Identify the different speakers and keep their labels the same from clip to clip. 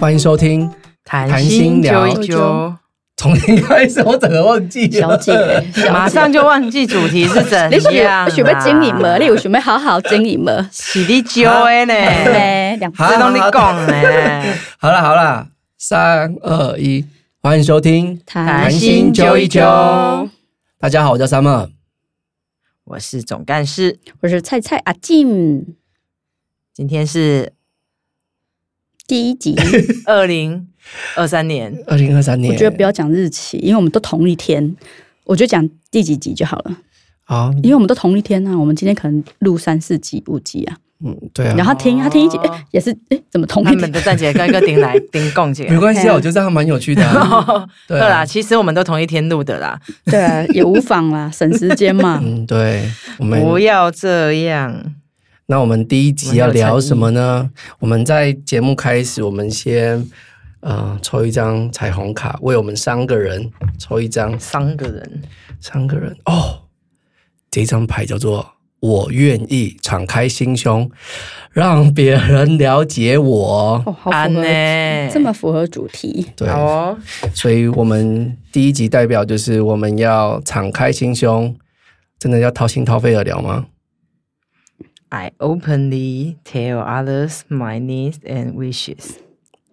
Speaker 1: 欢迎收听。
Speaker 2: 谈
Speaker 1: 谈心聊
Speaker 2: 一
Speaker 3: 啾
Speaker 2: 揪，
Speaker 1: 从零开始，我整个忘记了。
Speaker 3: 小姐， 小姐
Speaker 2: 马上就忘记主题是怎
Speaker 3: 你想
Speaker 2: 样啦。啊
Speaker 3: 想要经营无？你有想要好好经营无？
Speaker 2: 是你揪的呢？
Speaker 3: 咩？两
Speaker 1: 好
Speaker 2: 这拢你讲呢？
Speaker 1: 好啦好啦，三二一，欢迎收听。
Speaker 3: 谈
Speaker 1: 心揪一揪大家好，我叫 Summer。
Speaker 2: 我是总干事，
Speaker 3: 我是菜菜阿静，
Speaker 2: 今天是
Speaker 3: 第一集，
Speaker 2: 二零二三年，
Speaker 1: 二零二三年，
Speaker 3: 我觉得不要讲日期，因为我们都同一天，我就讲第几集就好了，
Speaker 1: 好，
Speaker 3: 因为我们都同一天啊。我们今天可能录三四集、五集啊，
Speaker 1: 嗯，对啊
Speaker 3: 然，后他听
Speaker 2: 哦
Speaker 3: 他听一集，哎也是哎，怎么同
Speaker 2: 他
Speaker 3: 一
Speaker 2: 们
Speaker 3: 天？
Speaker 2: 的站起来跟个 顶来顶共起
Speaker 1: 没
Speaker 2: 来。
Speaker 1: 关系
Speaker 3: 对
Speaker 1: 啊，
Speaker 3: 啊
Speaker 1: 我觉得这样蛮有趣 的啊。对
Speaker 2: 对
Speaker 1: 啊
Speaker 2: 啦，其实我们都同一天录的啦，
Speaker 3: 对啊，也无妨啦，省时间嘛。
Speaker 1: 嗯，对，我们
Speaker 2: 不要这样。
Speaker 1: 那我们第一集要聊什么呢？我们在节目开始，我们先呃抽一张彩虹卡，为我们三个人抽一张，
Speaker 2: 三个人，
Speaker 1: 三个人哦。这张牌叫做“我愿意敞开心胸，让别人了解我
Speaker 3: 哦，好
Speaker 2: 安
Speaker 3: 符合，
Speaker 2: 呢？
Speaker 3: 这么符合主题”。。
Speaker 1: 对，
Speaker 2: 好哦，
Speaker 1: 所以我们第一集代表就是我们要敞开心胸，真的要掏心掏肺的聊吗？
Speaker 2: I openly tell others my needs and wishes。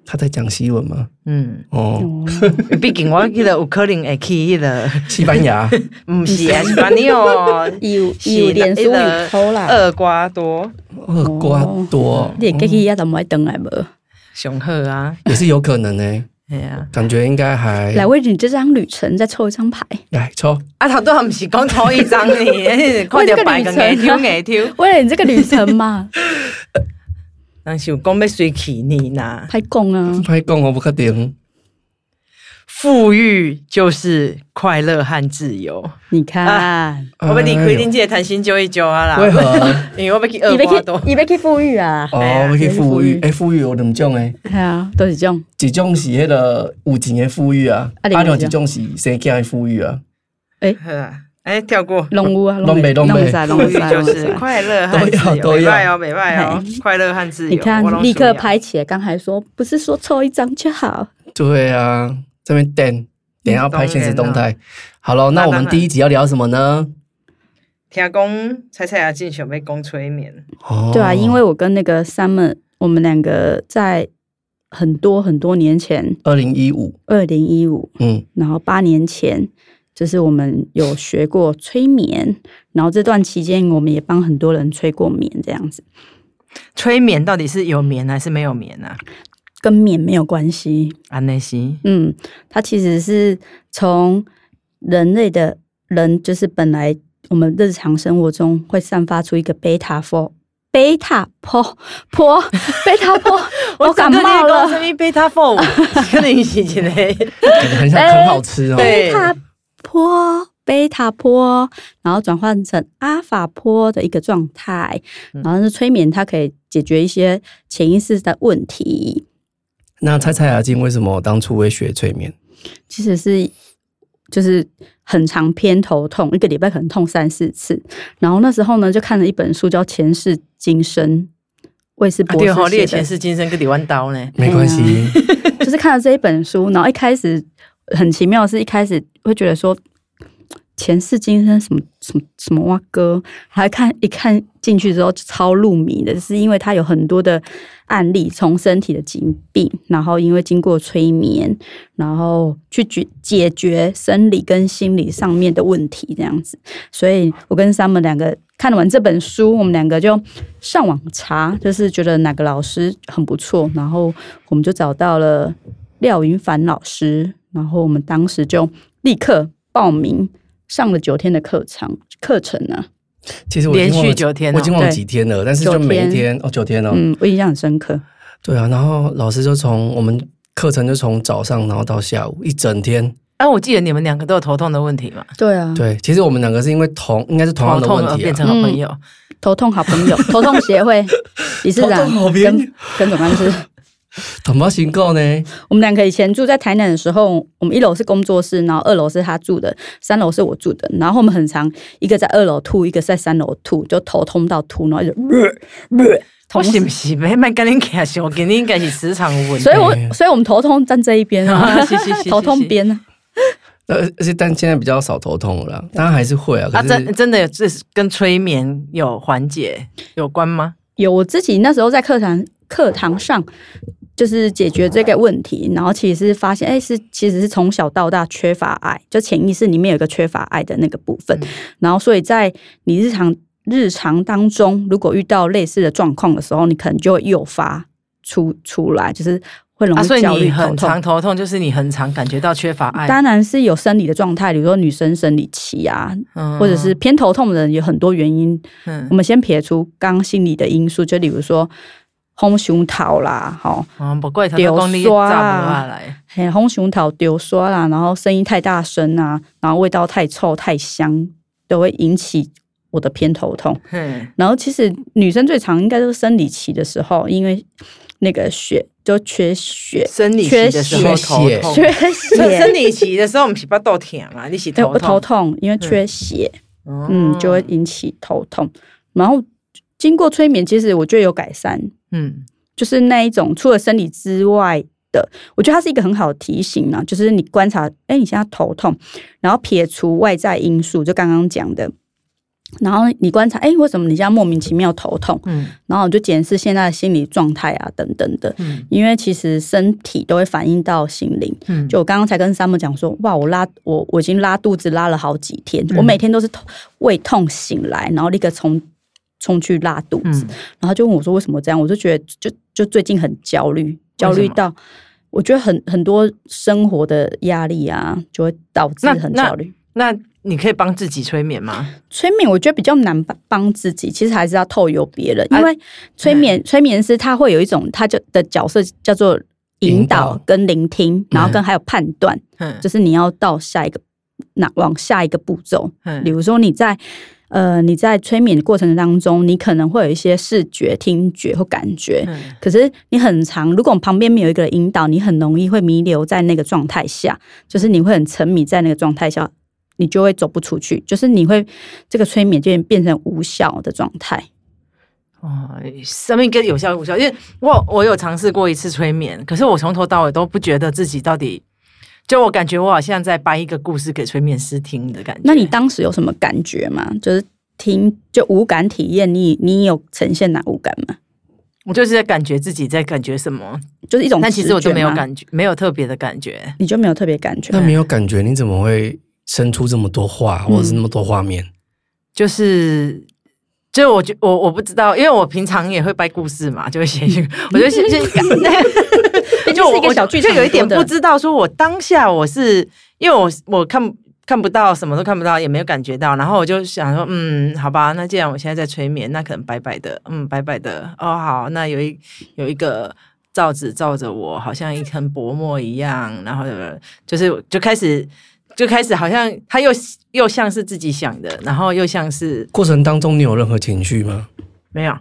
Speaker 1: 他在讲西文吗？
Speaker 2: 嗯，
Speaker 1: 哦，
Speaker 3: 哦，
Speaker 2: 毕竟我记得有可能会去迄个，
Speaker 1: 西班牙
Speaker 2: 唔是啊，是吧？你哦，
Speaker 3: 有有
Speaker 2: 是
Speaker 3: 脸书有偷啦。
Speaker 2: 厄瓜多
Speaker 1: 厄哦瓜
Speaker 2: 哦
Speaker 1: 多
Speaker 3: 你会记起也都唔爱等来无？
Speaker 2: 雄鹤啊，
Speaker 1: 也是有可能呢、
Speaker 2: 系啊，
Speaker 1: 感觉应该还哎
Speaker 3: 来为你这张旅程再抽一 张牌，
Speaker 1: 来抽
Speaker 2: 啊头都唔是讲同一张呢，看着白个眼挑眼挑，
Speaker 3: 为了你这个旅程嘛，
Speaker 2: 人想讲要随起你呐。
Speaker 3: 拍供啊！
Speaker 1: 拍供我不确定，
Speaker 2: 富裕就是快乐和自由。
Speaker 3: 你看，
Speaker 2: 我要离开
Speaker 1: 哎
Speaker 2: 恁这个谈心揪一揪啊
Speaker 1: 呦为
Speaker 2: 啦，
Speaker 1: 何？
Speaker 2: 因为我要去
Speaker 3: 你
Speaker 2: 厄
Speaker 3: 被
Speaker 2: 瓜
Speaker 3: 去
Speaker 2: 多，。
Speaker 3: 你被去富裕啊！
Speaker 1: 哦，
Speaker 2: 哎呀
Speaker 1: 我去
Speaker 3: 也是
Speaker 1: 富
Speaker 3: 富
Speaker 1: 裕
Speaker 3: 裕，
Speaker 1: 哎，富裕有两种诶，
Speaker 3: 系啊，都是这样。
Speaker 1: 一种是迄个有钱的富裕啊，
Speaker 3: 啊
Speaker 1: 啊，
Speaker 3: 另外
Speaker 1: 另
Speaker 3: 一种
Speaker 1: 外一种是生囝的富裕啊，
Speaker 2: 呵哎，跳过。
Speaker 3: 龙屋啊，
Speaker 1: 拢没拢没
Speaker 3: 在，
Speaker 2: 富
Speaker 3: 龙
Speaker 2: 裕
Speaker 3: 在，
Speaker 2: 就
Speaker 3: 龙
Speaker 2: 是
Speaker 3: 在。
Speaker 2: 快乐和自
Speaker 1: 都要
Speaker 2: 由，
Speaker 1: 都
Speaker 2: 美
Speaker 1: 要
Speaker 2: 拜哦，美拜哦，快乐和自由。
Speaker 3: 你看
Speaker 2: 我都，
Speaker 3: 立刻
Speaker 2: 想要
Speaker 3: 拍起来。刚才说不是说抽一张就好，
Speaker 1: 对啊，这边等，等一下要拍现实动
Speaker 2: 当
Speaker 1: 态。好了，那我们第一集要聊什么呢？
Speaker 2: 听讲蔡蔡阿进想要讲催眠，
Speaker 1: 哦
Speaker 3: 对啊，因为我跟那个 Summer，我们两个在很多很多年前，
Speaker 1: 二零一五，
Speaker 3: 二零一五
Speaker 1: 嗯，
Speaker 3: 然后八年前，就是我们有学过催眠，然后这段期间我们也帮很多人催过眠，这样子
Speaker 2: 催眠到底是有眠还是没有眠啊？
Speaker 3: 跟眠没有关系。
Speaker 2: 安内西，
Speaker 3: 嗯，它其实是从人类的人，就是本来我们日常生活中会散发出一个贝塔波。贝塔波波，贝塔 波，我感冒了。
Speaker 2: 什么贝塔 four，可 能是一个
Speaker 1: 感觉很像很好吃哦。
Speaker 2: 对
Speaker 3: 贝塔波、贝塔波，然后转换成阿法波的一个状态，
Speaker 2: 嗯
Speaker 3: 然后是催眠，它可以解决一些潜意识的问题。
Speaker 1: 那蔡蔡雅静为什么当初会学催眠？
Speaker 3: 其实是就是很常偏头痛，一个礼拜可能痛三四次。然后那时候呢，就看了一本书叫《前世今生》，卫斯博
Speaker 2: 啊对吼，
Speaker 3: 士
Speaker 2: 你的
Speaker 3: 写
Speaker 2: 前
Speaker 3: 的，
Speaker 2: 世今生跟你弯刀呢？
Speaker 1: 没关系，
Speaker 3: 就是看了这一本书，然后一开始很奇妙，是一开始会觉得说前世今生什么什么什么哇哥，还看一看进去之后就超入迷的，是因为它有很多的案例，从身体的疾病，然后因为经过催眠，然后去解解决生理跟心理上面的问题，这样子。所以我跟 Summer 两个看完这本书，我们两个就上网查，就是觉得哪个老师很不错，然后我们就找到了廖云凡老师，然后我们当时就立刻报名上了九天的课程，课程呢、
Speaker 1: 其实我已经忘了
Speaker 2: 连续九天哦
Speaker 1: 我已经忘了
Speaker 3: 对
Speaker 1: 几天了，但是就每一
Speaker 3: 九
Speaker 1: 天哦，九天哦，
Speaker 3: 嗯，我印象很深刻，
Speaker 1: 对啊。然后老师就从我们课程就从早上，然后到下午一整天。
Speaker 2: 啊，我记得你们两个都有头痛的问题嘛，
Speaker 3: 对啊，
Speaker 1: 对，其实我们两个是因为同应该是同样
Speaker 2: 头
Speaker 1: 的
Speaker 2: 痛
Speaker 1: 问
Speaker 2: 而
Speaker 1: 题
Speaker 2: 变
Speaker 1: 啊。
Speaker 2: 成好朋友。
Speaker 3: 头痛好朋友，头痛协会理事
Speaker 1: 头
Speaker 3: 长
Speaker 1: 痛好朋友
Speaker 3: 跟跟总干事，
Speaker 1: 怎么行够呢？
Speaker 3: 我们两个以前住在台南的时候，我们一楼是工作室，然后二楼是他住的，三楼是我住的。然后我们很常一个在二楼吐，一个在三楼吐，就头痛到吐，然后就
Speaker 2: 我
Speaker 3: 同
Speaker 2: 是
Speaker 3: 时
Speaker 2: 不。是没蛮跟你讲，是我跟你应该是磁场稳。，
Speaker 3: 所以我，所以我们头痛站这一边 啊
Speaker 2: 是是是
Speaker 3: 头痛边啊。
Speaker 1: 而而且但现在比较少头痛了啦，当然还是会啊。可
Speaker 2: 啊，
Speaker 1: 是、
Speaker 2: 真真的有这是跟催眠有缓解有关吗？
Speaker 3: 有我自己那时候在课堂课堂上，就是解决这个问题，然后其实是发现，哎、是其实是从小到大缺乏爱，就潜意识里面有一个缺乏爱的那个部分，
Speaker 2: 嗯
Speaker 3: 然后所以在你日常日常当中，如果遇到类似的状况的时候，你可能就会诱发出出来，就是会容
Speaker 2: 啊，所
Speaker 3: 易
Speaker 2: 以
Speaker 3: 焦虑、
Speaker 2: 你
Speaker 3: 头
Speaker 2: 很
Speaker 3: 痛
Speaker 2: 常。头痛，就是你很常感觉到缺乏爱，
Speaker 3: 当然是有生理的状态，比如说女生生理期啊，
Speaker 2: 嗯
Speaker 3: 或者是偏头痛的人有很多原因，
Speaker 2: 嗯
Speaker 3: 我们先撇除刚心理的因素，就例如说红熊桃啦，吼，
Speaker 2: 啊，不过头
Speaker 3: 流
Speaker 2: 讲你炸不哎
Speaker 3: 刷
Speaker 2: 下来，
Speaker 3: 嘿，红熊桃丢刷啦，然后声音太大声啊，然后味道太臭太香，都会引起我的偏头痛。
Speaker 2: 嗯
Speaker 3: 然后其实女生最常应该都是生理期的时候，因为那个血就缺血，
Speaker 2: 生理期的时候
Speaker 1: 缺血
Speaker 2: 哦 头痛，
Speaker 3: 缺
Speaker 2: 所以
Speaker 3: 血
Speaker 2: 生。理期的时候我们是不豆甜嘛，你是
Speaker 3: 对，
Speaker 2: 头
Speaker 3: 我头
Speaker 2: 痛，哦
Speaker 3: 痛，因为缺血，嗯，就会引起头痛。然后经过催眠，其实我觉得有改善，
Speaker 2: 嗯
Speaker 3: 就是那一种除了生理之外的，我觉得它是一个很好的提醒啊，就是你观察，哎，你现在头痛，然后撇除外在因素，就刚刚讲的，然后你观察，哎，为什么你现在莫名其妙头痛？
Speaker 2: 嗯
Speaker 3: 然后我就检视现在的心理状态啊，等等的，
Speaker 2: 嗯
Speaker 3: 因为其实身体都会反映到心灵。
Speaker 2: 嗯，
Speaker 3: 就我刚刚才跟 Summer 讲说，哇，我拉我我已经拉肚子拉了好几天，
Speaker 2: 嗯
Speaker 3: 我每天都是痛胃痛醒来，然后立刻冲冲去拉肚子，
Speaker 2: 嗯
Speaker 3: 然后就问我说为什么这样，我就觉得就就最近很焦虑，焦虑到我觉得很很多生活的压力啊，就会导致
Speaker 2: 那
Speaker 3: 很
Speaker 2: 那
Speaker 3: 焦虑。
Speaker 2: 那你可以帮自己催眠吗？
Speaker 3: 催眠我觉得比较难帮帮自己，其实还是要透由别人，
Speaker 2: 啊
Speaker 3: 因为催眠、
Speaker 2: 哎
Speaker 3: 催眠师他会有一种他就的角色叫做引
Speaker 1: 引导
Speaker 3: 导跟聆听，然后跟还有判断。
Speaker 2: 嗯
Speaker 3: 就是你要到下一个那往下一个步骤。
Speaker 2: 嗯
Speaker 3: 比如说你在呃你在催眠的过程当中，你可能会有一些视觉、听觉或感觉，
Speaker 2: 嗯
Speaker 3: 可是你很长，如果旁边没有一个人引导，你很容易会弥留在那个状态下，就是你会很沉迷在那个状态下。你就会走不出去，就是你会这个催眠就变成无效的状态。
Speaker 2: 哦，生命跟有效无效，因为我我有尝试过一次催眠，可是我从头到尾都不觉得自己到底，就我感觉我好像在掰一个故事给催眠师听的感觉。
Speaker 3: 那你当时有什么感觉吗？就是听就无感体验，你你有呈现哪无感吗？
Speaker 2: 我就是在感觉自己在感觉什么，
Speaker 3: 就是一种
Speaker 2: 但其实我
Speaker 3: 直
Speaker 2: 就
Speaker 3: 觉
Speaker 2: 没有
Speaker 3: 吗
Speaker 2: 感觉，没有特别的感觉。
Speaker 3: 你就没有特别感觉
Speaker 1: 那。没有感觉，你怎么会生出这么多话，或者是那么多画面？
Speaker 2: 就是，就我觉我我不知道，因为我平常也会掰故事嘛，就会写一个，我就写写感，
Speaker 3: 毕竟
Speaker 2: 就是我
Speaker 3: 一个小剧
Speaker 2: 就
Speaker 3: 场
Speaker 2: 有一点
Speaker 3: 很多
Speaker 2: 不
Speaker 3: 的
Speaker 2: 知道，说我当下我是因为我我看看不到，什么都看不到，也没有感觉到，然后我就想说，嗯，好吧，那既然我现在在催眠，那可能白白的，嗯，白白的，哦，好，那有一有一个。罩子罩着我，好像一层薄膜一样，然后就是就开始就开始，好像他又又像是自己想的，然后又像是
Speaker 1: 过程当中你有任何情绪吗？
Speaker 2: 没有，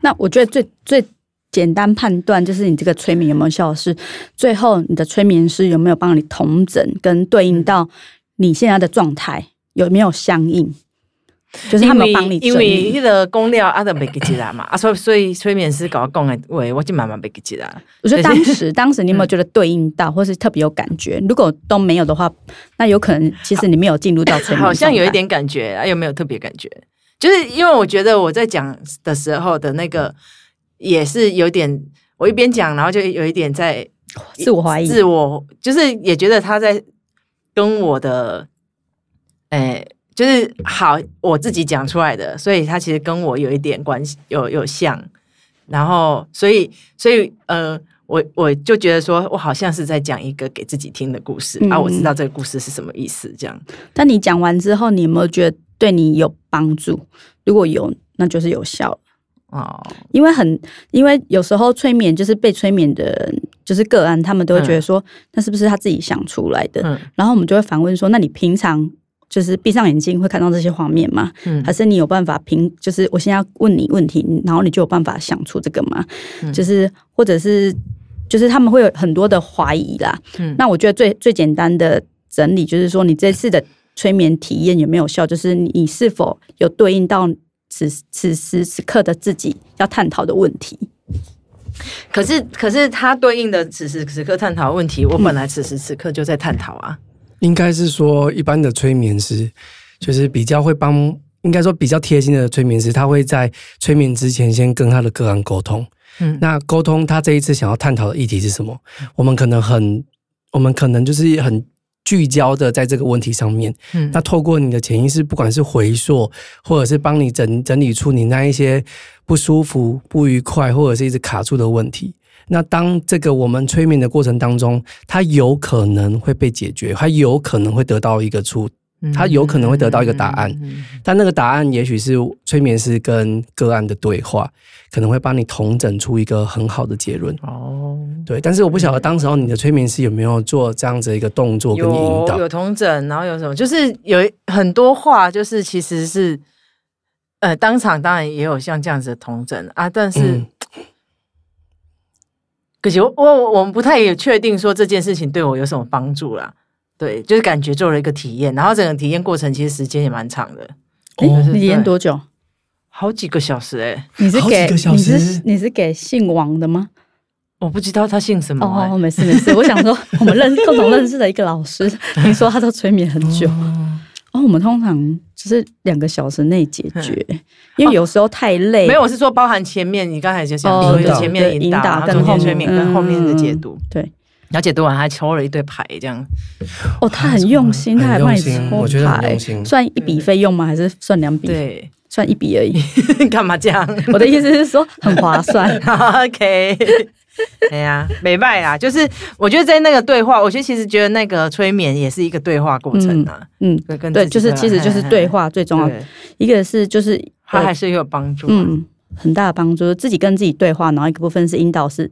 Speaker 3: 那我觉得最最简单判断就是你这个催眠有没有效，是最后你的催眠师有没有帮你同诊跟对应到你现在的状态有没有相应，就是他没有帮你
Speaker 2: 因
Speaker 3: 整
Speaker 2: 为
Speaker 3: 理。
Speaker 2: 迄个讲了啊，都袂记起来嘛，啊，所以所以催眠师甲我讲的话，我就慢慢袂记起来。
Speaker 3: 我觉得当时当时你有没有觉得对应到，或是特别有感觉？如果都没有的话，那有可能其实你没有进入到催眠，
Speaker 2: 好像有一。点感觉，啊，有没有特别感觉？就是因为我觉得我在讲的时候的那个也是有点，我一边讲，然后就有一点在
Speaker 3: 自我怀疑
Speaker 2: 自我就是也觉得他在跟我的，哎、就是好我自己讲出来的，所以他其实跟我有一点关系，有有像，然后所以所以呃。我我就觉得说，我好像是在讲一个给自己听的故事、啊，
Speaker 3: 嗯
Speaker 2: 我知道这个故事是什么意思，这样。
Speaker 3: 但你讲完之后，你有没有觉得对你有帮助？如果有，那就是有效了。
Speaker 2: 哦，
Speaker 3: 因为很，因为有时候催眠就是被催眠的人，就是个案，他们都会觉得说，那是不是他自己想出来的？
Speaker 2: 嗯
Speaker 3: 然后我们就会反问说，那你平常就是闭上眼睛会看到这些画面吗？
Speaker 2: 嗯
Speaker 3: 还是你有办法凭？就是我现在要问你问题，然后你就有办法想出这个吗？
Speaker 2: 嗯
Speaker 3: 就是或者是。就是他们会有很多的怀疑啦。
Speaker 2: 嗯
Speaker 3: 那我觉得最最简单的整理就是说，你这次的催眠体验有没有效？就是你是否有对应到此此时此刻的自己要探讨的问题？
Speaker 2: 可是可是它对应的此时此刻探讨的问题，我本来此时此刻就在探讨啊。
Speaker 1: 应该是说，一般的催眠师就是比较会帮，应该说比较贴心的催眠师，他会在催眠之前先跟他的个案沟通。
Speaker 2: 嗯
Speaker 1: 那沟通他这一次想要探讨的议题是什么？我们可能很，我们可能就是很聚焦的在这个问题上面。
Speaker 2: 嗯
Speaker 1: 那透过你的潜意识，不管是回溯，或者是帮你整整理出你那一些不舒服、不愉快，或者是一直卡住的问题。那当这个我们催眠的过程当中，它有可能会被解决，它有可能会得到一个出，他有可能会得到一个答案
Speaker 2: 嗯
Speaker 1: 但那个答案也许是催眠师跟个案的对话，可能会帮你统整出一个很好的结论。
Speaker 2: 哦，
Speaker 1: 对，但是我不晓得当时候你的催眠师有没有做这样子一个动作跟你引
Speaker 2: 有
Speaker 1: 导
Speaker 2: 有。同诊，然后有什么，就是有很多话，就是其实是，呃，当场当然也有像这样子的同诊啊，但是、
Speaker 1: 嗯
Speaker 2: 可惜我我我们不太也确定说这件事情对我有什么帮助啦。对，就是感觉做了一个体验，然后整个体验过程其实时间也蛮长的，
Speaker 3: 哎、
Speaker 1: 哦
Speaker 3: 你演多久？
Speaker 2: 好几个小时哎、
Speaker 3: 你是
Speaker 1: 好几
Speaker 3: 给
Speaker 1: 个小
Speaker 3: 你
Speaker 1: 时
Speaker 3: 是你是给姓王的吗？
Speaker 2: 我不知道他姓什么、欸。
Speaker 3: 哦，没事没事，我想说我们认共同认识的一个老师，听说他都催眠很久。哦，我们通常就是两个小时内解决，因为有时候太累。
Speaker 2: 没有，我是说包含前面，你刚才就想
Speaker 3: 哦
Speaker 2: 说
Speaker 1: 引
Speaker 2: 有
Speaker 1: 导
Speaker 2: 前面
Speaker 3: 对
Speaker 2: 引导，
Speaker 3: 引导
Speaker 2: 然后
Speaker 3: 跟
Speaker 2: 中间
Speaker 1: 后
Speaker 2: 催眠跟后面的解
Speaker 3: 嗯
Speaker 2: 读，
Speaker 3: 对，
Speaker 2: 然后解读完还抽了一堆牌，这样
Speaker 3: 哦，他很用心，他
Speaker 1: 很
Speaker 3: 还
Speaker 1: 用
Speaker 3: 帮你
Speaker 1: 心
Speaker 3: 抽
Speaker 1: 我觉得很
Speaker 3: 牌
Speaker 1: 用，心
Speaker 3: 算一笔费用吗？还是算两笔？
Speaker 2: 对，
Speaker 3: 算一笔而已。
Speaker 2: 干嘛这 样。
Speaker 3: 我的意思是说很划算
Speaker 2: ？OK，哎呀，没败啦，就是我觉得在那个对话，我觉得其实觉得那个催眠也是一个对话过程啊，
Speaker 3: 嗯，
Speaker 2: 跟跟
Speaker 3: 对，
Speaker 2: 自己
Speaker 3: 就是
Speaker 2: 的
Speaker 3: 其实就是对，话最重
Speaker 2: 嘿嘿嘿
Speaker 3: 要。
Speaker 2: 对，
Speaker 3: 一个是就是
Speaker 2: 它还
Speaker 3: 呃
Speaker 2: 是有帮助，嗯，
Speaker 3: 嗯很大的帮助，自己跟自己对话，然后一个部分是引导是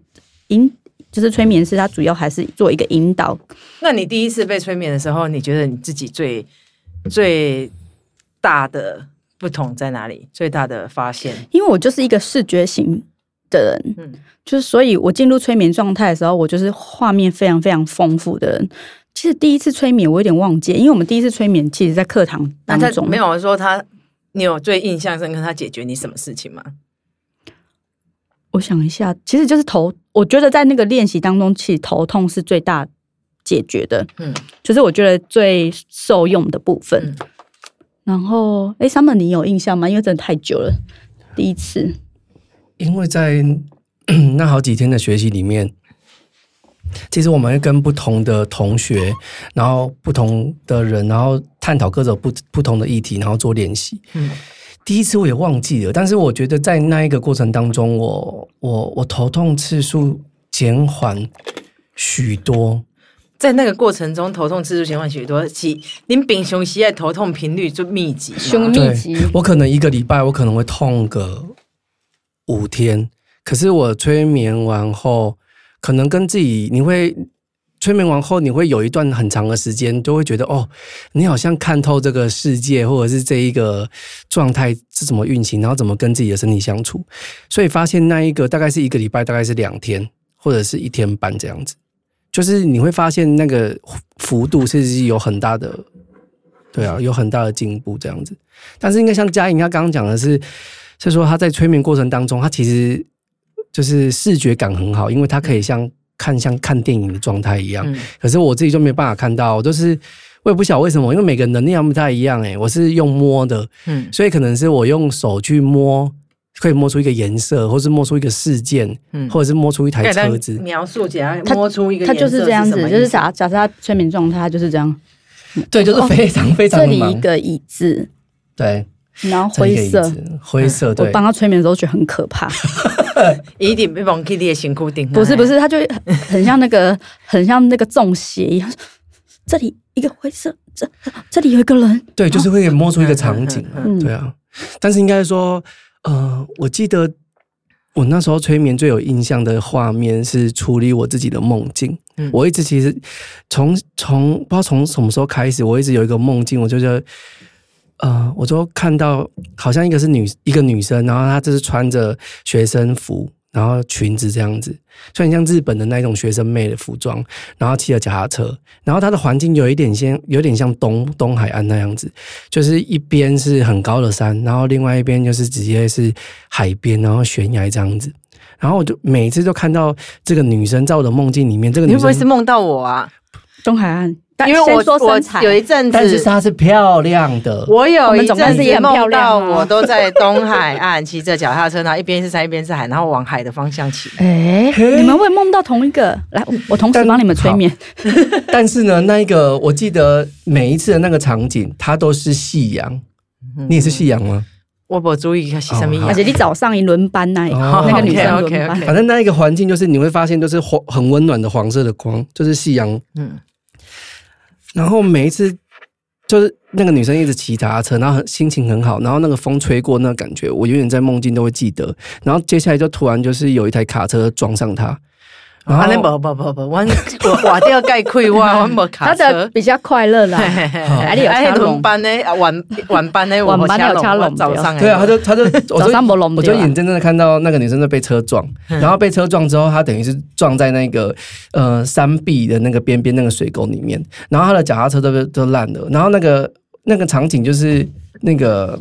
Speaker 3: 引。就是催眠师，他主要还是做一个引导
Speaker 2: 那你第一次被催眠的时候，你觉得你自己最最大的不同在哪里？最大的发现？
Speaker 3: 因为我就是一个视觉型的人，
Speaker 2: 嗯
Speaker 3: 就是所以，我进入催眠状态的时候，我就是画面非常非常丰富的人。其实第一次催眠我有点忘记，因为我们第一次催眠其实在课堂
Speaker 2: 那
Speaker 3: 当
Speaker 2: 他
Speaker 3: 中
Speaker 2: 没，有说他，你有最印象深刻他解决你什么事情吗？
Speaker 3: 我想一下，其实就是头，我觉得在那个练习当中，其实头痛是最大解决的，
Speaker 2: 嗯，
Speaker 3: 就是我觉得最受用的部分。
Speaker 2: 嗯
Speaker 3: 然后，哎，Summer，你有印象吗？因为真的太久了，第一次，
Speaker 1: 因为在 那好几天的学习里面，其实我们会跟不同的同学，然后不同的人，然后探讨各种不不同的议题，然后做练习。
Speaker 2: 嗯
Speaker 1: 第一次我也忘记了，但是我觉得在那一个过程当中，我我我头痛次数减缓许多。
Speaker 2: 在那个过程中，头痛次数减缓许多，其您丙雄喜爱头痛频率就密集嘛，
Speaker 3: 胸密
Speaker 1: 对
Speaker 3: 集，
Speaker 1: 我可能一个礼拜我可能会痛个五天，可是我催眠完后，可能跟自己你会催眠完后，你会有一段很长的时间，就会觉得哦，你好像看透这个世界，或者是这一个状态是怎么运行，然后怎么跟自己的身体相处，所以发现那一个大概是一个礼拜，大概是两天或者是一天半这样子。就是你会发现那个幅度是有很大的，对啊，有很大的进步这样子。但是应该像嘉颖她刚刚讲的是，是说她在催眠过程当中，她其实就是视觉感很好，因为她可以像看像看电影的状态一样。
Speaker 2: 嗯
Speaker 1: 可是我自己就没办法看到，我就是我也不晓得为什么，因为每个人能力不太一样诶、欸我是用摸的，
Speaker 2: 嗯
Speaker 1: 所以可能是我用手去摸。可以摸出一个颜色，或是摸出一个事件，
Speaker 2: 嗯
Speaker 1: 或者是摸出一台
Speaker 2: 可以让
Speaker 1: 车子。
Speaker 2: 描述起来，
Speaker 3: 他
Speaker 2: 摸出一个
Speaker 3: 他就
Speaker 2: 颜色
Speaker 3: 是这样
Speaker 2: 什么
Speaker 3: 子，
Speaker 2: 意
Speaker 3: 就
Speaker 2: 思
Speaker 3: 是假假设他催眠状态，他就是这样。
Speaker 1: 对，就是非常非常
Speaker 3: 这
Speaker 1: 的
Speaker 3: 里
Speaker 1: 忙。
Speaker 3: 一个椅子，
Speaker 1: 对，
Speaker 3: 然后
Speaker 1: 这里一个
Speaker 3: 灰
Speaker 1: 椅
Speaker 3: 色。嗯
Speaker 1: 子，灰色，
Speaker 3: 我
Speaker 1: 对，
Speaker 3: 帮他催眠的时候觉得很 可怕，
Speaker 2: 一定被往 Kitty 的辛苦顶，啊
Speaker 3: 不是不，是，他就很很像那个很像那个中邪一样， 这里一个灰色，这这里有一个人，
Speaker 1: 对，就是会摸出一个场景啊，
Speaker 3: 嗯嗯嗯
Speaker 1: 对啊。但是应该说，呃，我记得我那时候催眠最有印象的画面是处理我自己的梦境。
Speaker 2: 嗯
Speaker 1: 我一直其实从从不知道从什么时候开始，我一直有一个梦境，我就觉得。呃，我就看到好像一个是女一个女生，然后她就是穿着学生服，然后裙子这样子，就很像日本的那一种学生妹的服装，然后骑着脚踏车，然后它的环境有一点像，有点像东东海岸那样子，就是一边是很高的山，然后另外一边就是直接是海边，然后悬崖这样子。然后我就每次都看到这个女生在我的梦境里面，这个
Speaker 2: 你
Speaker 1: 女
Speaker 2: 会不
Speaker 1: 生
Speaker 2: 会是梦到我啊？
Speaker 3: 东海岸，
Speaker 2: 因为我
Speaker 3: 嗯先说
Speaker 2: 我
Speaker 3: 身材
Speaker 2: 有一阵
Speaker 1: 但是
Speaker 2: 子，
Speaker 1: 她是漂亮的，
Speaker 2: 我有
Speaker 3: 我
Speaker 2: 一
Speaker 3: 们总
Speaker 2: 阵
Speaker 3: 干
Speaker 2: 子
Speaker 3: 事也很漂
Speaker 2: 梦到
Speaker 3: 亮啊
Speaker 2: 我都在东海岸骑着脚踏车，然后一边是山一边是海，然后往海的方向骑。
Speaker 3: 哎、
Speaker 1: 嘿
Speaker 3: 你们会梦到同一个？来，我我同时
Speaker 1: 但
Speaker 3: 帮你们催眠。
Speaker 1: 但是呢，那一个我记得每一次的那个场景，它都是夕阳。
Speaker 3: 嗯
Speaker 2: 嗯
Speaker 1: 你也是夕阳吗？
Speaker 2: 我不注意是什么
Speaker 1: 哦好
Speaker 3: 而且你
Speaker 2: 样。
Speaker 3: 早上一轮班那一、
Speaker 1: 哦
Speaker 3: 那个女生轮
Speaker 2: OK，OK，OK
Speaker 3: 班，
Speaker 1: 反正那一个环境就是你会发现，就是黄很温暖的黄色的光，就是夕阳。
Speaker 2: 嗯，
Speaker 1: 然后每一次就是那个女生一直骑脚踏车，然后很心情很好，然后那个风吹过那个感觉，我永远在梦境都会记得。然后接下来就突然就是有一台卡车撞上她，然
Speaker 2: 啊，那
Speaker 1: 后
Speaker 2: 不不不不，我我 我掉盖 开我我没卡
Speaker 3: 他的
Speaker 2: 车。
Speaker 3: 比较快乐 啦。
Speaker 2: 还
Speaker 3: 你有车笼
Speaker 2: 轮班呢， 啊晚晚班呢，我
Speaker 3: 晚班有车笼
Speaker 2: 我早上的
Speaker 1: 对啊，他就他就我
Speaker 3: 早
Speaker 1: 就
Speaker 3: 上没弄
Speaker 1: 我
Speaker 3: 到
Speaker 1: 就
Speaker 3: 啦
Speaker 1: 眼睁睁的看到那个女生就被车撞，然后被车撞之后，她等于是撞在那个呃山壁的那个边边那个水沟里面，然后她的脚踏车都被都烂了，然后那个那个场景就是那个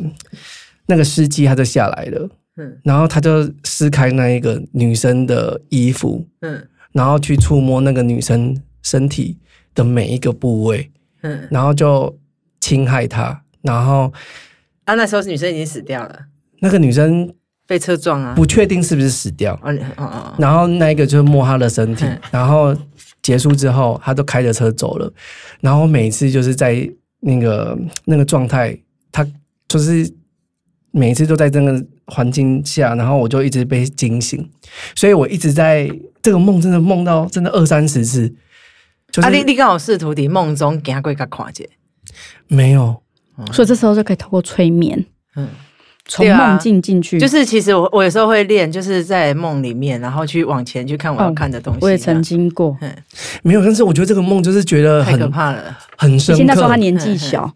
Speaker 1: 那个司机他就下来了
Speaker 2: 嗯，
Speaker 1: 然后他就撕开那一个女生的衣服，
Speaker 2: 嗯
Speaker 1: 然后去触摸那个女生身体的每一个部位，
Speaker 2: 嗯，
Speaker 1: 然后就侵害她，然后
Speaker 2: 啊，那时候女生已经死掉了，
Speaker 1: 那个女生
Speaker 2: 被车撞啊。
Speaker 1: 不确定是不是死掉。
Speaker 2: 哦你哦哦哦，
Speaker 1: 然后那一个就是摸他的身体
Speaker 2: 嗯，
Speaker 1: 然后结束之后，他都开着车走了。然后每次就是在那个那个状态，他就是每次都在这个环境下，然后我就一直被惊醒，所以我一直在这个梦真的梦到真的二三十次，就
Speaker 2: 啊，你
Speaker 1: 是嗯
Speaker 2: 你刚好试图伫梦中行过甲看者，
Speaker 1: 没有
Speaker 3: 所以这时候就可以透过催眠，
Speaker 2: 嗯，
Speaker 3: 从
Speaker 2: 对啊
Speaker 3: 梦境进去。
Speaker 2: 就是其实我我有时候会练，就是在梦里面，然后去往前去看我要看的东西。
Speaker 3: 哦我也曾经过，
Speaker 1: 没有，但是我觉得这个梦就是觉得
Speaker 2: 太可
Speaker 1: 很
Speaker 2: 怕了，
Speaker 1: 很深刻。
Speaker 3: 毕竟那时候他年纪小，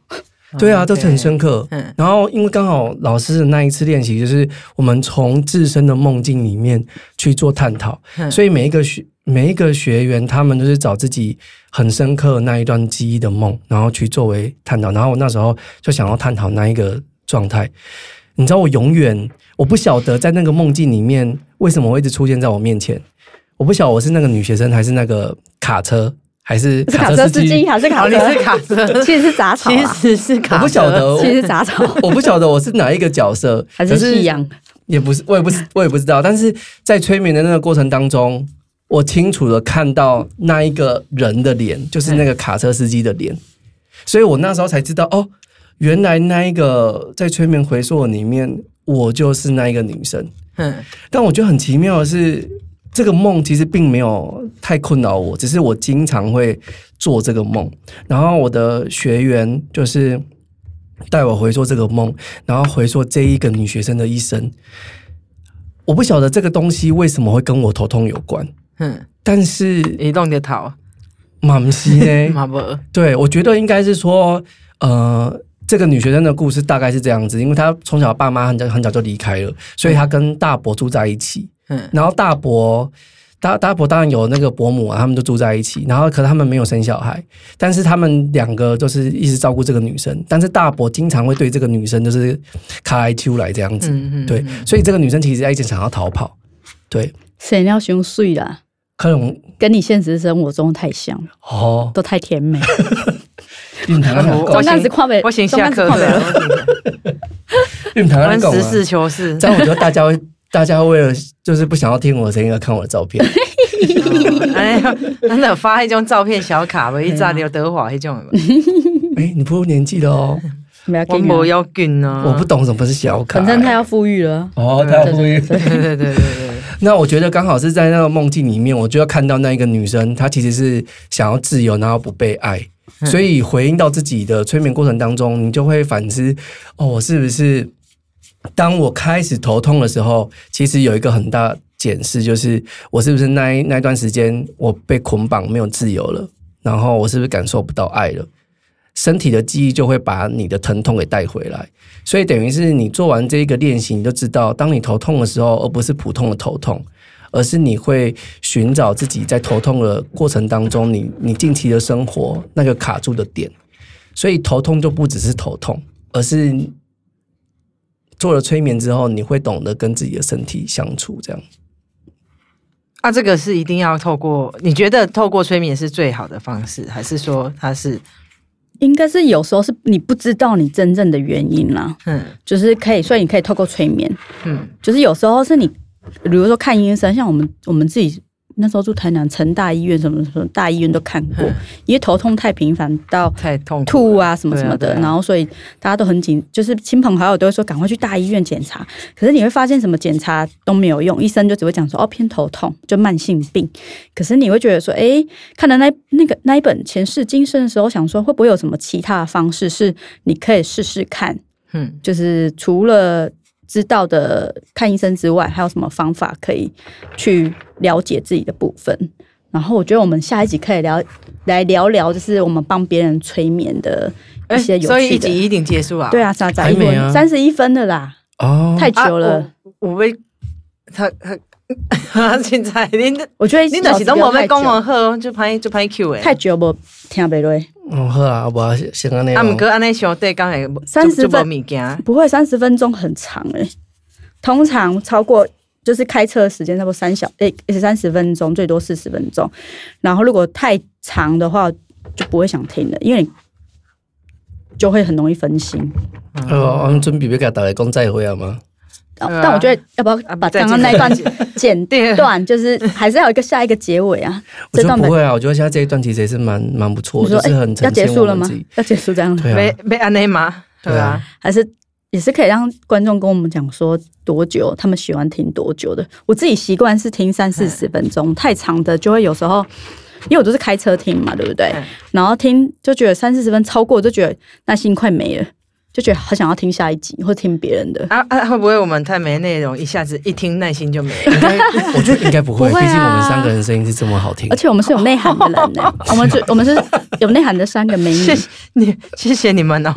Speaker 1: 对啊，
Speaker 2: 嗯
Speaker 1: 都是很。深刻。
Speaker 2: 嗯
Speaker 1: 然后因为刚好老师的那一次练习，就是我们从自身的梦境里面去做探讨，
Speaker 2: 嗯
Speaker 1: 所以每一个学每一个学员，他们都是找自己很深刻那一段记忆的梦，然后去作为探讨。然后我那时候就想要探讨那一个状态。你知道我永远我不晓得在那个梦境里面为什么会一直出现在我面前，我不晓得我是那个女学生还是那个卡车还是嗯
Speaker 3: 是
Speaker 1: 卡
Speaker 3: 卡
Speaker 1: 车
Speaker 3: 车
Speaker 1: 司
Speaker 3: 司
Speaker 1: 机
Speaker 3: 机，还是卡
Speaker 2: 哦，你是
Speaker 3: 车？
Speaker 2: 卡车，
Speaker 3: 其实是杂草
Speaker 2: 其
Speaker 3: 啊，
Speaker 2: 实是卡
Speaker 1: 我
Speaker 2: 车。
Speaker 1: 不晓得
Speaker 3: 其实是 杂草，
Speaker 1: 我不晓得我是哪一个角色，
Speaker 3: 还是
Speaker 1: 可是
Speaker 3: 夕阳？
Speaker 1: 也不是，我也不是，我也不知道。但是在催眠的那个过程当中，我清楚的看到那一个人的脸，就是那个卡车司机的脸，所以我那时候才知道，哦，原来那一个在催眠回溯里面，我就是那一个女生。
Speaker 2: 嗯
Speaker 1: 但我觉得很奇妙的是，这个梦其实并没有太困扰我，只是我经常会做这个梦。然后我的学员就是带我回溯这个梦，然后回溯这一个女学生的一生。我不晓得这个东西为什么会跟我头痛有关，
Speaker 2: 嗯，
Speaker 1: 但是
Speaker 2: 移动的逃，
Speaker 1: 马姆西呢？
Speaker 2: 马不，
Speaker 1: 对我觉得应该是说，呃。这个女学生的故事大概是这样子，因为她从小爸妈很早很早就离开了，所以她跟大伯住在一起。
Speaker 2: 嗯
Speaker 1: 然后大伯。大大伯当然有那个伯母啊，他们就住在一起。然后，可他们没有生小孩，但是他们两个就是一直照顾这个女生。但是大伯经常会对这个女生就是卡来丘来这样子，
Speaker 2: 嗯嗯，
Speaker 1: 对。所以这个女生其实一直想要逃跑，对。
Speaker 3: 谁要胸碎啦？
Speaker 1: 可能
Speaker 3: 跟你现实生活中太像，
Speaker 1: 哦，
Speaker 3: 都太甜美。
Speaker 1: 你谈
Speaker 2: 我
Speaker 1: 讲，
Speaker 2: 我
Speaker 3: 中
Speaker 2: 先
Speaker 3: 间是看不
Speaker 2: 嗯我先下课
Speaker 3: 中间是看
Speaker 2: 了
Speaker 3: 不了，
Speaker 1: 你谈
Speaker 2: 我
Speaker 1: 那
Speaker 2: 们
Speaker 1: 讲
Speaker 2: 实
Speaker 1: 啊。
Speaker 2: 事求 是
Speaker 1: 这。样我觉得大家会，大家会为了就是不想要听我的声音而看我的照片。
Speaker 2: 哎，咱有发迄种照片小卡，袂一炸刘德华迄种的吧。
Speaker 1: 哎，你不如年纪了哦，
Speaker 3: 没有
Speaker 2: 我
Speaker 3: 给你啊
Speaker 2: 无要紧啊，
Speaker 1: 我不懂什么是小卡。
Speaker 3: 反正他要富裕了。
Speaker 1: 哦，他要呼吁。
Speaker 2: 对对对对对，
Speaker 1: 那我觉得刚好是在那个梦境里面，我就要看到那一个女生，她其实是想要自由，然后不被爱，
Speaker 2: 嗯
Speaker 1: 所以回应到自己的催眠过程当中，你就会反思：哦，我是不是当我开始头痛的时候，其实有一个很大检视，就是我是不是那一那一段时间我被捆绑，没有自由了，然后我是不是感受不到爱了？身体的记忆就会把你的疼痛给带回来，所以等于是你做完这一个练习，你就知道，当你头痛的时候，而不是普通的头痛，而是你会寻找自己在头痛的过程当中，你你近期的生活那个卡住的点。所以头痛就不只是头痛，而是做了催眠之后，你会懂得跟自己的身体相处。这样，
Speaker 2: 啊，这个是一定要透过，你觉得透过催眠是最好的方式，还是说它是
Speaker 3: 应该是有时候是你不知道你真正的原因啦，
Speaker 2: 嗯
Speaker 3: 就是可以，所以你可以透过催眠，
Speaker 2: 嗯
Speaker 3: 就是有时候是你，比如说看医生，像我们我们自己那时候住台南成大医院什么什么大医院都看过，因为头痛太频繁到
Speaker 2: 太痛苦
Speaker 3: 吐
Speaker 2: 了
Speaker 3: 啊什么什么的，
Speaker 2: 对啊对啊
Speaker 3: 然后所以大家都很紧，就是亲朋好友都会说赶快去大医院检查。可是你会发现什么检查都没有用，医生就只会讲说哦偏头痛就慢性病。可是你会觉得说，诶，看了那那个那一本前世今生的时候，想说会不会有什么其他的方式是你可以试试看，
Speaker 2: 嗯
Speaker 3: 就是除了。知道的看医生之外，还有什么方法可以去了解自己的部分？然后我觉得我们下一集可以聊来聊聊，就是我们帮别人催眠的
Speaker 2: 哎
Speaker 3: 一些有
Speaker 2: 所以
Speaker 3: 趣
Speaker 2: 一
Speaker 3: 的。
Speaker 2: 集一定结束啊，
Speaker 3: 对啊，傻仔
Speaker 1: 还
Speaker 3: 一
Speaker 1: 没
Speaker 3: 分
Speaker 1: 啊
Speaker 3: 三十一分的啦，
Speaker 1: 哦
Speaker 3: 太久
Speaker 2: 啊，
Speaker 3: 了。
Speaker 2: 我我被他他 现在你
Speaker 3: 我觉得
Speaker 2: 你就是都
Speaker 3: 我
Speaker 2: 无
Speaker 3: 们
Speaker 2: 要讲我好，就歹就歹 Q 诶。
Speaker 3: 太久无听袂落，
Speaker 1: 嗯，好啊，我要先跟那
Speaker 2: 啊，毋过安尼想对讲诶，
Speaker 3: 30
Speaker 2: 就就
Speaker 3: 分
Speaker 2: 无物件。
Speaker 3: 不会三十分钟很长诶、通常超过就是开车时间差不多三小诶三十分钟，最多四十分钟。然后如果太长的话，就不会想听了，因为你就会很容易分心。
Speaker 1: 呃，我们准备要给大家讲再会啊吗？
Speaker 3: 啊
Speaker 2: 对啊
Speaker 3: 但我觉得要不要
Speaker 2: 啊
Speaker 3: 把
Speaker 2: 再
Speaker 3: 刚刚
Speaker 2: 见
Speaker 3: 那一段
Speaker 2: 再见
Speaker 3: 剪
Speaker 2: 对
Speaker 3: 断，就是还是要有一个下一个结尾啊。
Speaker 1: 我
Speaker 3: 这
Speaker 1: 觉得
Speaker 3: 段本
Speaker 1: 不会啊，我觉得现在这一段其实也是蛮蛮不错
Speaker 3: 你
Speaker 1: 的，
Speaker 3: 说
Speaker 1: 就
Speaker 3: 哎
Speaker 1: 是很呈
Speaker 3: 要结
Speaker 1: 现
Speaker 3: 束
Speaker 1: 我
Speaker 3: 了
Speaker 1: 们
Speaker 3: 吗
Speaker 1: 自己。？
Speaker 3: 要结束这样子，
Speaker 1: 对
Speaker 2: 要
Speaker 1: 啊，
Speaker 2: 要安尼吗？对
Speaker 1: 对
Speaker 2: 啊
Speaker 1: 啊，
Speaker 3: 还是也是可以让观众跟我们讲说多久他们喜欢听多久的。我自己习惯是听三
Speaker 2: 嗯
Speaker 3: 四十分钟，太长的就会有时候，因为我都是开车听嘛，对不对
Speaker 2: 嗯？
Speaker 3: 然后听就觉得三四十分超过，就觉得耐心快没了，就觉得好想要听下一集或听别人的。
Speaker 2: 啊啊，会不会我们太没内容，一下子一听耐心就没了？
Speaker 1: 应该我觉得应该不会，毕
Speaker 3: 不会啊
Speaker 1: 竟我们三个人声音是这么好听
Speaker 3: 而。且我们是有内涵的 人呢、
Speaker 2: 哦
Speaker 3: 我们就我们是有内涵的三个美女
Speaker 2: 谢。谢你，谢谢你们哦。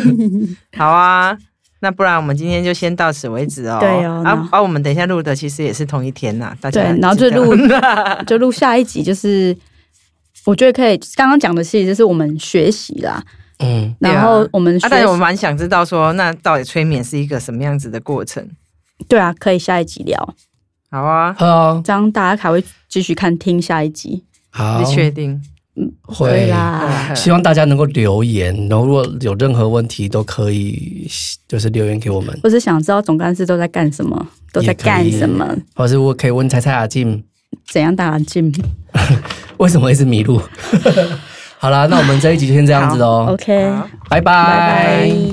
Speaker 2: 好啊，那不然我们今天就先到此为止哦。
Speaker 3: 对哦然
Speaker 2: 啊
Speaker 3: 后
Speaker 2: 啊，我们等一下录的其实也是同一天呐，大
Speaker 3: 对
Speaker 2: 家，
Speaker 3: 然后
Speaker 2: 记
Speaker 3: 就
Speaker 2: 得
Speaker 3: 录就录下一集，就是我觉得可以刚刚讲的其实就是我们学习啦，
Speaker 1: 嗯，
Speaker 2: 对啊
Speaker 3: 然后我们学
Speaker 2: 啊，但是我蛮想知道说，那到底催眠是一个什么样子的过程？
Speaker 3: 对啊，可以下一集聊，
Speaker 2: 好啊，
Speaker 1: 好啊，
Speaker 3: 这样大家还会继续看听下一集。
Speaker 1: 好
Speaker 2: 你，确定？
Speaker 3: 可以
Speaker 1: 会
Speaker 3: 啦，
Speaker 1: 希望大家能够留言，然后如果有任何问题都可以就是留言给我们，
Speaker 3: 我是想知道总干事都在干什么，都在干什么，
Speaker 1: 或者是我可以问猜猜阿静
Speaker 3: 怎样打进。
Speaker 1: 为什么一直 迷路。好啦，那我们这一集就先这样子喽，
Speaker 3: OK，
Speaker 2: 好
Speaker 1: 拜
Speaker 3: 拜
Speaker 1: 拜
Speaker 3: 拜。